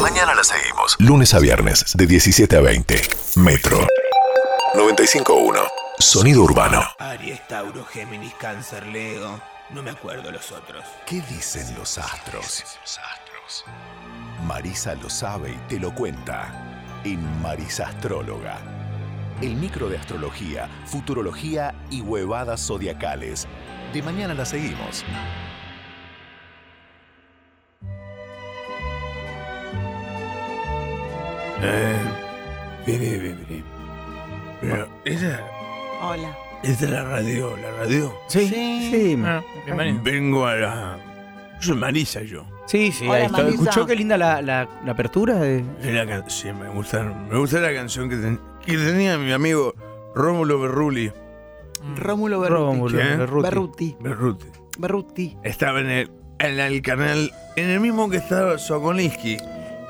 Mañana la seguimos. Lunes a viernes, de 17 a 20. Metro. 95.1. Sonido urbano. Aries, Tauro, Géminis, Cáncer, Leo. No me acuerdo los otros. ¿Qué dicen los astros? Marisa lo sabe y te lo cuenta en Marisa Astróloga. El micro de astrología, futurología y huevadas zodiacales. De mañana la seguimos. Eh, Pero esa, Hola. esa es la radio, la radio. Sí, Sí. sí. Ah, bienvenido. Vengo a la. Yo soy Marisa, yo. Sí, sí, Hola, ahí está. Marisa. ¿Escuchó qué linda la, la- la apertura? de- Soy la can- Sí, me gusta, me gusta la canción que, ten- que tenía mi amigo Rómulo Berrulli. Rómulo Rómulo, ¿eh? ¿Qué? Berruti. Berruti. Berruti. Berruti. Estaba en el, en el canal, en el mismo que estaba Sokolinsky.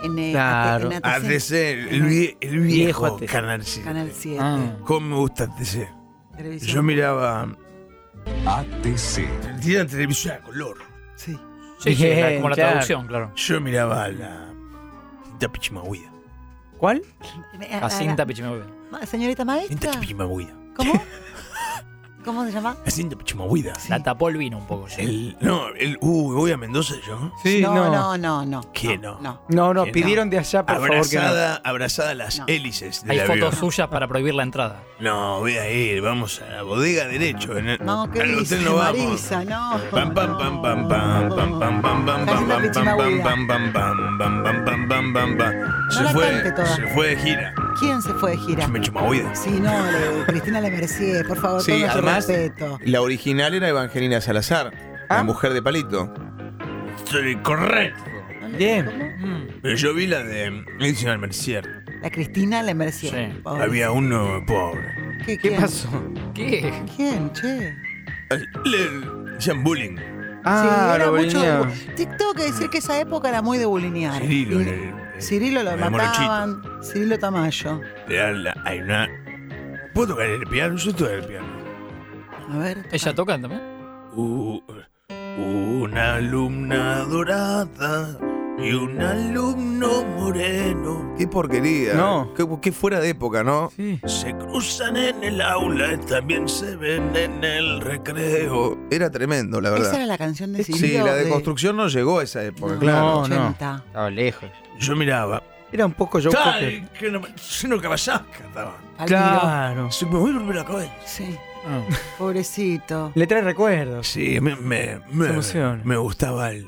En, eh, Claro. en ATC, ATC, el, vie- el Viejo viejo, ATC. Canal 7. Canal 7. Ah. ¿Cómo me gusta ATC? Yo Televisión. miraba. ATC. Tenía televisión a color. Sí. Sí, sí, Bien, la- como la claro. traducción, claro. Yo miraba la cinta pichimahuida. ¿Cuál? La cinta pichimehueve. Ma- eh, Señorita Cinta maestra. pichimahuida. ¿Cómo? ¿Cómo se llama? La cinta pichimahuida. La tapó el vino un poco. sí. El, no, el. Uy, voy a Mendoza yo. Sí, no, no, no, no. ¿Qué no? No. No, no, Que no. pidieron de allá, por favor, que no. Abrazada, abrazada a las No. hélices del Hay avión. fotos suyas para prohibir la entrada. No, voy a ir, vamos a la bodega derecho. En el, No, ¿qué al dice hotel no vamos. Marisa? No. Pam pam pam pam pam pam pam pam pam pam Casi pam una pam pichimahuida. pam pam pam pam pam pam pam pam pam No se la fue cante toda. se fue de gira ¿Quién se fue de gira? Pichimahuida. Sí, no, le- Cristina Le Mercier, por favor, Sí, todo nuestro además- respeto. La original era Evangelina Salazar, ¿Ah? la mujer de Palito. Estoy correcto Bien. pero yo vi la de Edison al Mercier La Cristina Le Mercier. Sí. pobre. había uno pobre ¿Qué, ¿Qué quién? pasó? ¿Qué? ¿Quién, che? le hacían bullying Ah, sí, era lo mucho de venía. bu- Te tengo que decir que esa época era muy de bulinear. Cirilo Y- el- el- Cirilo lo el mataban. Cirilo Tamayo. Era la- hay una puedo tocar el piano yo toco el piano A ver. ah, ¿Ella toca también? U- una alumna dorada y un alumno moreno Qué porquería. No. Qué, qué fuera de época, ¿no? Sí. Se cruzan en el aula y también se ven en el recreo. Era tremendo, la Esa era verdad. la canción de Cirilo. Sí, la deconstrucción no llegó a esa época, No, claro. No, no. 80. Estaba lejos. Yo miraba. Era un poco yo. ¡Ay! Que no, si no caballasca estaba. Al Miró. Claro. Se me voy a romper la cabeza. Sí, Ah. pobrecito. Le trae recuerdos. Sí, me, me, me, Se emociona. me gustaba el,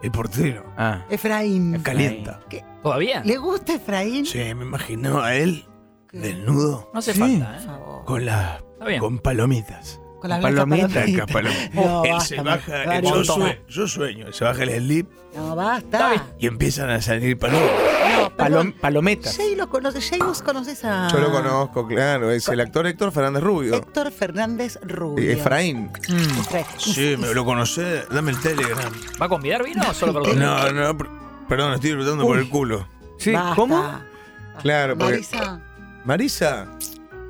el portero. Ah. Efraín. Calienta. ¿Todavía? ¿Le gusta Efraín? Sí, me imaginaba a él desnudo No hace Sí. falta, Por ¿eh? favor. con las Está bien. con palomitas. Con las palomita, blancas palomitas. No, él basta, se baja, Mario. yo, Montón. sue- yo sueño, se baja el slip No, basta. y empiezan a salir palomas. No, Palom- perdón. palometas. Jay lo conoce. Jay, vos conoces a... Ah. Yo lo conozco, claro. Es el actor Héctor Fernández Rubio. Héctor Fernández Rubio. Eh, Efraín. Efraín. Sí, me lo conocé, dame el telegram. Mm. ¿Va a convidar vino o solo para No, no, per- perdón, estoy disfrutando por el culo. Sí, Basta. ¿cómo? Claro, porque- Marisa. Marisa.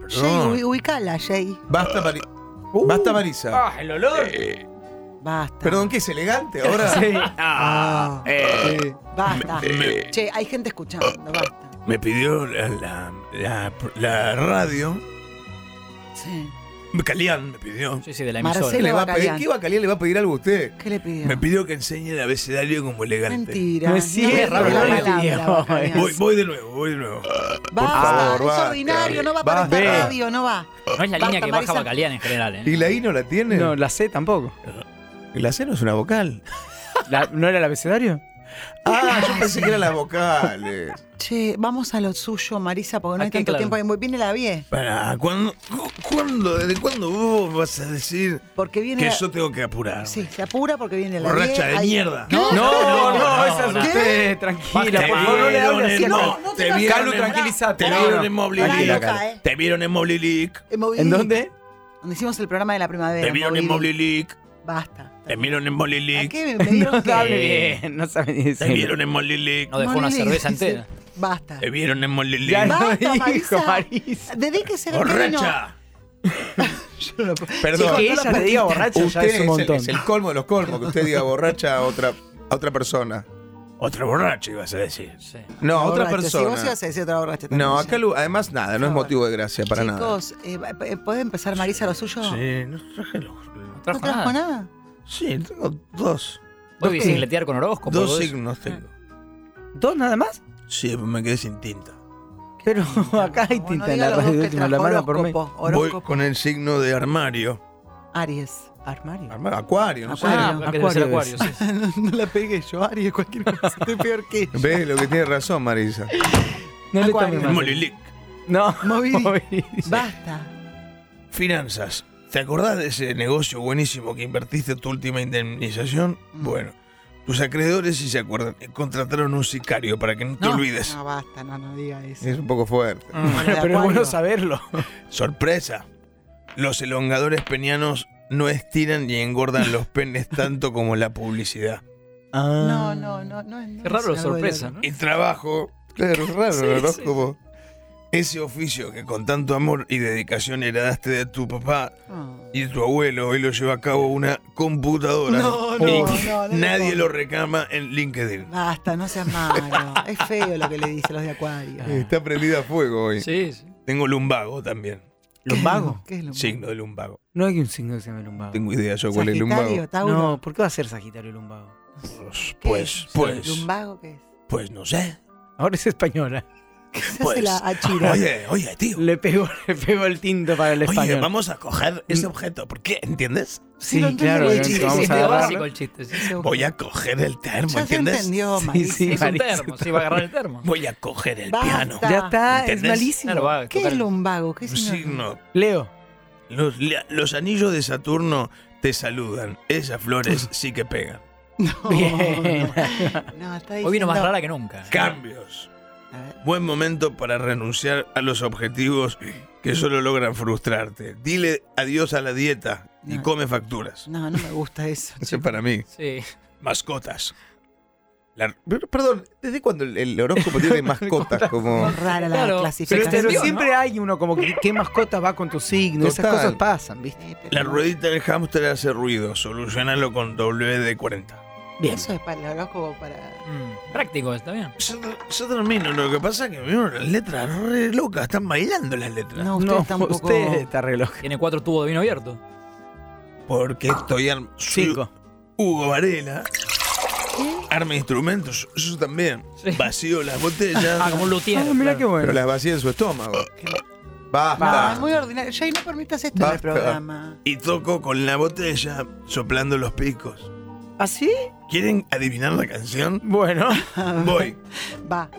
Jay, Perdón. ubi- ubicala, Jay. Basta, Mari- Uh. Basta, Marisa. Ah, el olor. Basta. Perdón, que es elegante ahora. Sí. Ah, sí. Basta. Che, hay gente escuchando, basta. Me pidió la, la, la- la radio. Sí. Calián me pidió. Sí, sí, de la emisora. Marcelo. Le va a pedir- Bacalián. ¿Qué Bacalián le va a pedir algo a usted? ¿Qué le pidió? Me pidió que enseñe el abecedario como elegante. Mentira. No es cierto, me digas no la le pidió. palabra, Bacalián. Voy, voy de nuevo, voy de nuevo. Basta, favor, es basta. ordinario, no va para Basta. esta radio, no va. No es la Basta, línea que Marisa. baja Bacalián en general, ¿eh? ¿Y la I no la tiene? No, la C tampoco. La C no es una vocal. La- ¿No era el abecedario? Ah, yo pensé que eran las vocales. Che, vamos a lo suyo, Marisa, porque no hay Aquí, tanto claro. tiempo. Ahí Viene la vie, Para, ¿cuándo, cu- cuándo- desde cuándo vos vas a decir porque viene que la... yo tengo que apurar? Sí, se apura porque viene la vie. Borracha de ahí- mierda. No, no, no, esa es no. usted. Tranquila, Te por favor, no le vieron hable en- así. a no, Carlos. no te te hagas- vieron Carlos, en- tranquilízate. Te no, vieron no. en Tranquila, Moblilic. Carlos. Te vieron en Moblilic. En Mobilic, ¿En dónde? Donde hicimos el programa de la primavera. Te vieron en Mobilic. Moblilic. Basta. Te vieron en ¿A Moblilic. qué me, me vieron No que- hable bien, no sabe ni Te decir. vieron en Molilic. No dejó una Mobilic, cerveza dice. entera. Basta. Te vieron en Molilic. Ya lo Basta, dijo Marisa. Marisa. Dedíquese al término. ¡Borracha! Sí, Perdón. que ella le diga borracha ya Usted es un el- montón. es el colmo de los colmos, que usted diga borracha a otra, a otra persona. Otra borracha, ibas a decir. Sí. No, Otra otra borracha. Si persona. vos ibas a decir otra borracha también. No, ya. acá lu- además nada, no es favor. motivo de gracia para nada. Chicos, eh, eh, ¿puede empezar Marisa lo suyo? Sí, no traje los. trajo ¿No trajo nada? Sí, tengo dos. Voy a bicicletear con Orozco. por Dos vos. signos tengo. Ah. ¿Dos nada más? Sí, pues me quedé sin tinta. Pero acá hay Bueno, tinta en diga la los dos radio que de última, la trajo mano por mí. horóscopo, Voy horóscopo. con el signo de armario. Aries. Armario. Armario, acuario, no sé. Ah, porque debe ser Acuario acuario. es. sí. no, no la pegué yo, Aries, cualquier cosa. Estoy peor que ella. ¿Ves lo que tiene razón, Marisa? No le Acuario. tomes más. Molilic. No, Moby Dick. Moby Dick. Basta. Finanzas. ¿Te acordás de ese negocio buenísimo que invertiste tu última indemnización? Mm. Bueno, tus acreedores, si se acuerdan, contrataron un sicario para que no te No. olvides. Eh. No, basta, no, no diga eso. Es un poco fuerte. De Pero es bueno Acuario. saberlo. Sorpresa. Los elongadores peñanos no estiran ni engordan los penes tanto como la publicidad. No, no, no, no. no Qué raro es la algo de sorpresa, lo- ¿no? El trabajo, Claro, es raro Sí, el sí. horóscopo. ese oficio que con tanto amor y dedicación heredaste de tu papá Oh. y de tu abuelo, hoy lo lleva a cabo una computadora. No, no, Y no, no, no nadie lo- lo reclama en LinkedIn. Eh, Basta, no seas malo. es feo lo que le dicen los de Acuario. Eh, Está prendida a fuego hoy. Sí, sí. Tengo lumbago también. ¿Lumbago? ¿Qué es lo Signo de lumbago. No hay un signo que se llame lumbago. Tengo idea yo cuál es el lumbago. Sagitario, Tauro. No, ¿por qué va a ser Sagitario lumbago? Pues, ¿Qué pues, es? pues, ¿Lumbago qué es? pues no sé. Ahora es española. ¿Qué se hace Pues. la achira? Oye, oye, tío. Le pegó, le pegó el tinto para el español. Oye, vamos a coger ese objeto. ¿Por qué? ¿Entiendes? Sí, lo Sí, entiendo, claro, el obviamente, chiste, vamos Sí, a es agarrar. básico el chiste. sí. Voy a coger el termo, Ya se ¿entiendes? entendió, Marisa. sí, Es un Marisa, termo, sí, va a agarrar el termo. Voy a coger el Basta. piano. Ya está, es ¿Entendés? malísimo. Claro, va a ¿Qué tocar- es lumbago? ¿Qué Un signo? signo. Leo, Los, la- los anillos de Saturno te saludan. Esas flores sí que pegan. No, Bien. No, está diciendo... Hoy vino más rara que nunca. Cambios. A ver. Buen momento para renunciar a los objetivos que solo logran frustrarte. Dile adiós a la dieta y No. come facturas. No, no me gusta eso. Eso es para mí. Sí. Mascotas. La- Pero, perdón, ¿desde cuándo el, el horóscopo tiene mascotas como...? Es rara la Claro, pero, este clasificación. Pero entendió, siempre hay uno como que qué mascota va con tu signo, esas Total. cosas pasan, ¿viste? Eh, pero La no, ruedita del hámster hace ruido. Solucionalo con WD-40. Bien. Eso es para el horóscopo para... Mm, Práctico, está bien. Yo, ter- yo termino. Lo que pasa es que vieron las letras re locas. Están bailando las letras. No, usted no, está un poco... usted está reloj. Tiene cuatro tubos de vino abierto. Porque estoy arm... soy Cinco. Hugo Varela. Arma instrumentos. Yo también. Sí. Vacío las botellas. Ah, como un luthier. Ah, mira claro. qué bueno. Pero las vacía en su estómago. No, Basta. es muy ordinario. Jay, no permitas esto en el Basta. programa. y toco con la botella soplando los picos. ¿Ah, sí? ¿Quieren adivinar la canción? Bueno. Voy. Va.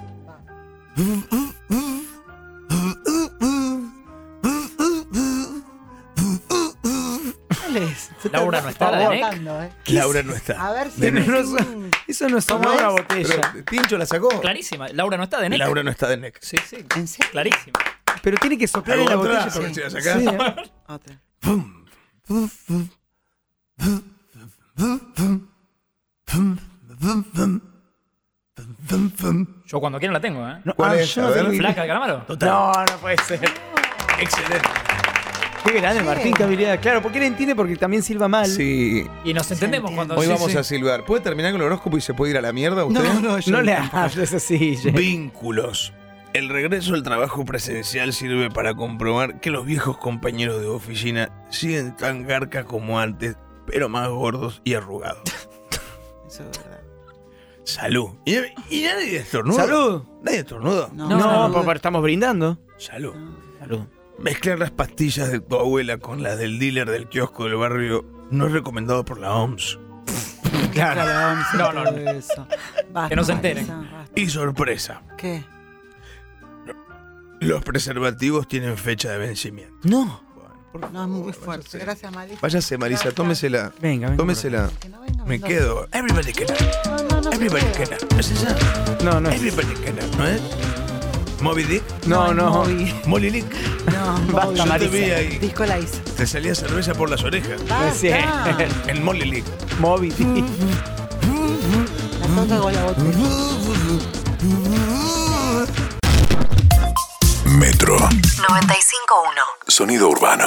¿Cuál es? Se está- Laura no está, está la de votando, eh. Laura no Ah, A está. ver si... De me- no sé. Eso no es ¿Cómo una es? botella. Pero, Pero Tincho la sacó. Clarísima. Laura no está de negro. Laura no está de Neck. Sí, sí. ¿En serio? Clarísima. tiene que soplar ¿Hago en la otra? botella. A ver si la sacás. Sí, ¿eh? Otra. Pum. Yo cuando quiero la tengo, ¿eh? No, ¿Cuál ah, es? yo A no ver. tengo- Flaca de calamaro. No, no puede ser. Excelente. Qué grande, Sí. Martín, qué habilidad. Claro, porque él entiende porque también silba mal. Sí. Y nos entendemos cuando. Hoy sí, vamos sí. a silbar. ¿Puede terminar con el horóscopo y se puede ir a la mierda usted? no, No le hables así, Jay. Vínculos. El regreso al trabajo presencial sirve para comprobar que los viejos compañeros de oficina siguen tan garcas como antes, pero más gordos y arrugados. Eso es verdad. Salud. Y, y nadie estornuda. Salud. Nadie estornuda. No, no, no. papá, estamos brindando. Salud. no. Mezclar las pastillas de tu abuela con las del dealer del kiosco del barrio no es recomendado por la OMS. Claro. No, no, no. Eso. Basta, Que no se enteren. Marisa, basta. Y sorpresa, ¿Qué? los preservativos tienen fecha de vencimiento. No. No, es muy fuerte. Gracias, Marisa. Váyase, Marisa, tómesela. Venga, venga. Tómesela. Que no venga Me Mendoza. quedo. Everybody can up. No, no, no se Everybody puede. can up. ¿Es esa? No, no. es- Everybody can up, ¿no es? Moby Dick, No, no. Moby. Molly Lick, No, Moby. yo te vi ahí. Disco la hizo. Te salía cerveza por las orejas. Ah, es Basta. cierto. En Molly Lick. Moby. Dick. La toca con la botella. Metro. 95.1. Sonido urbano.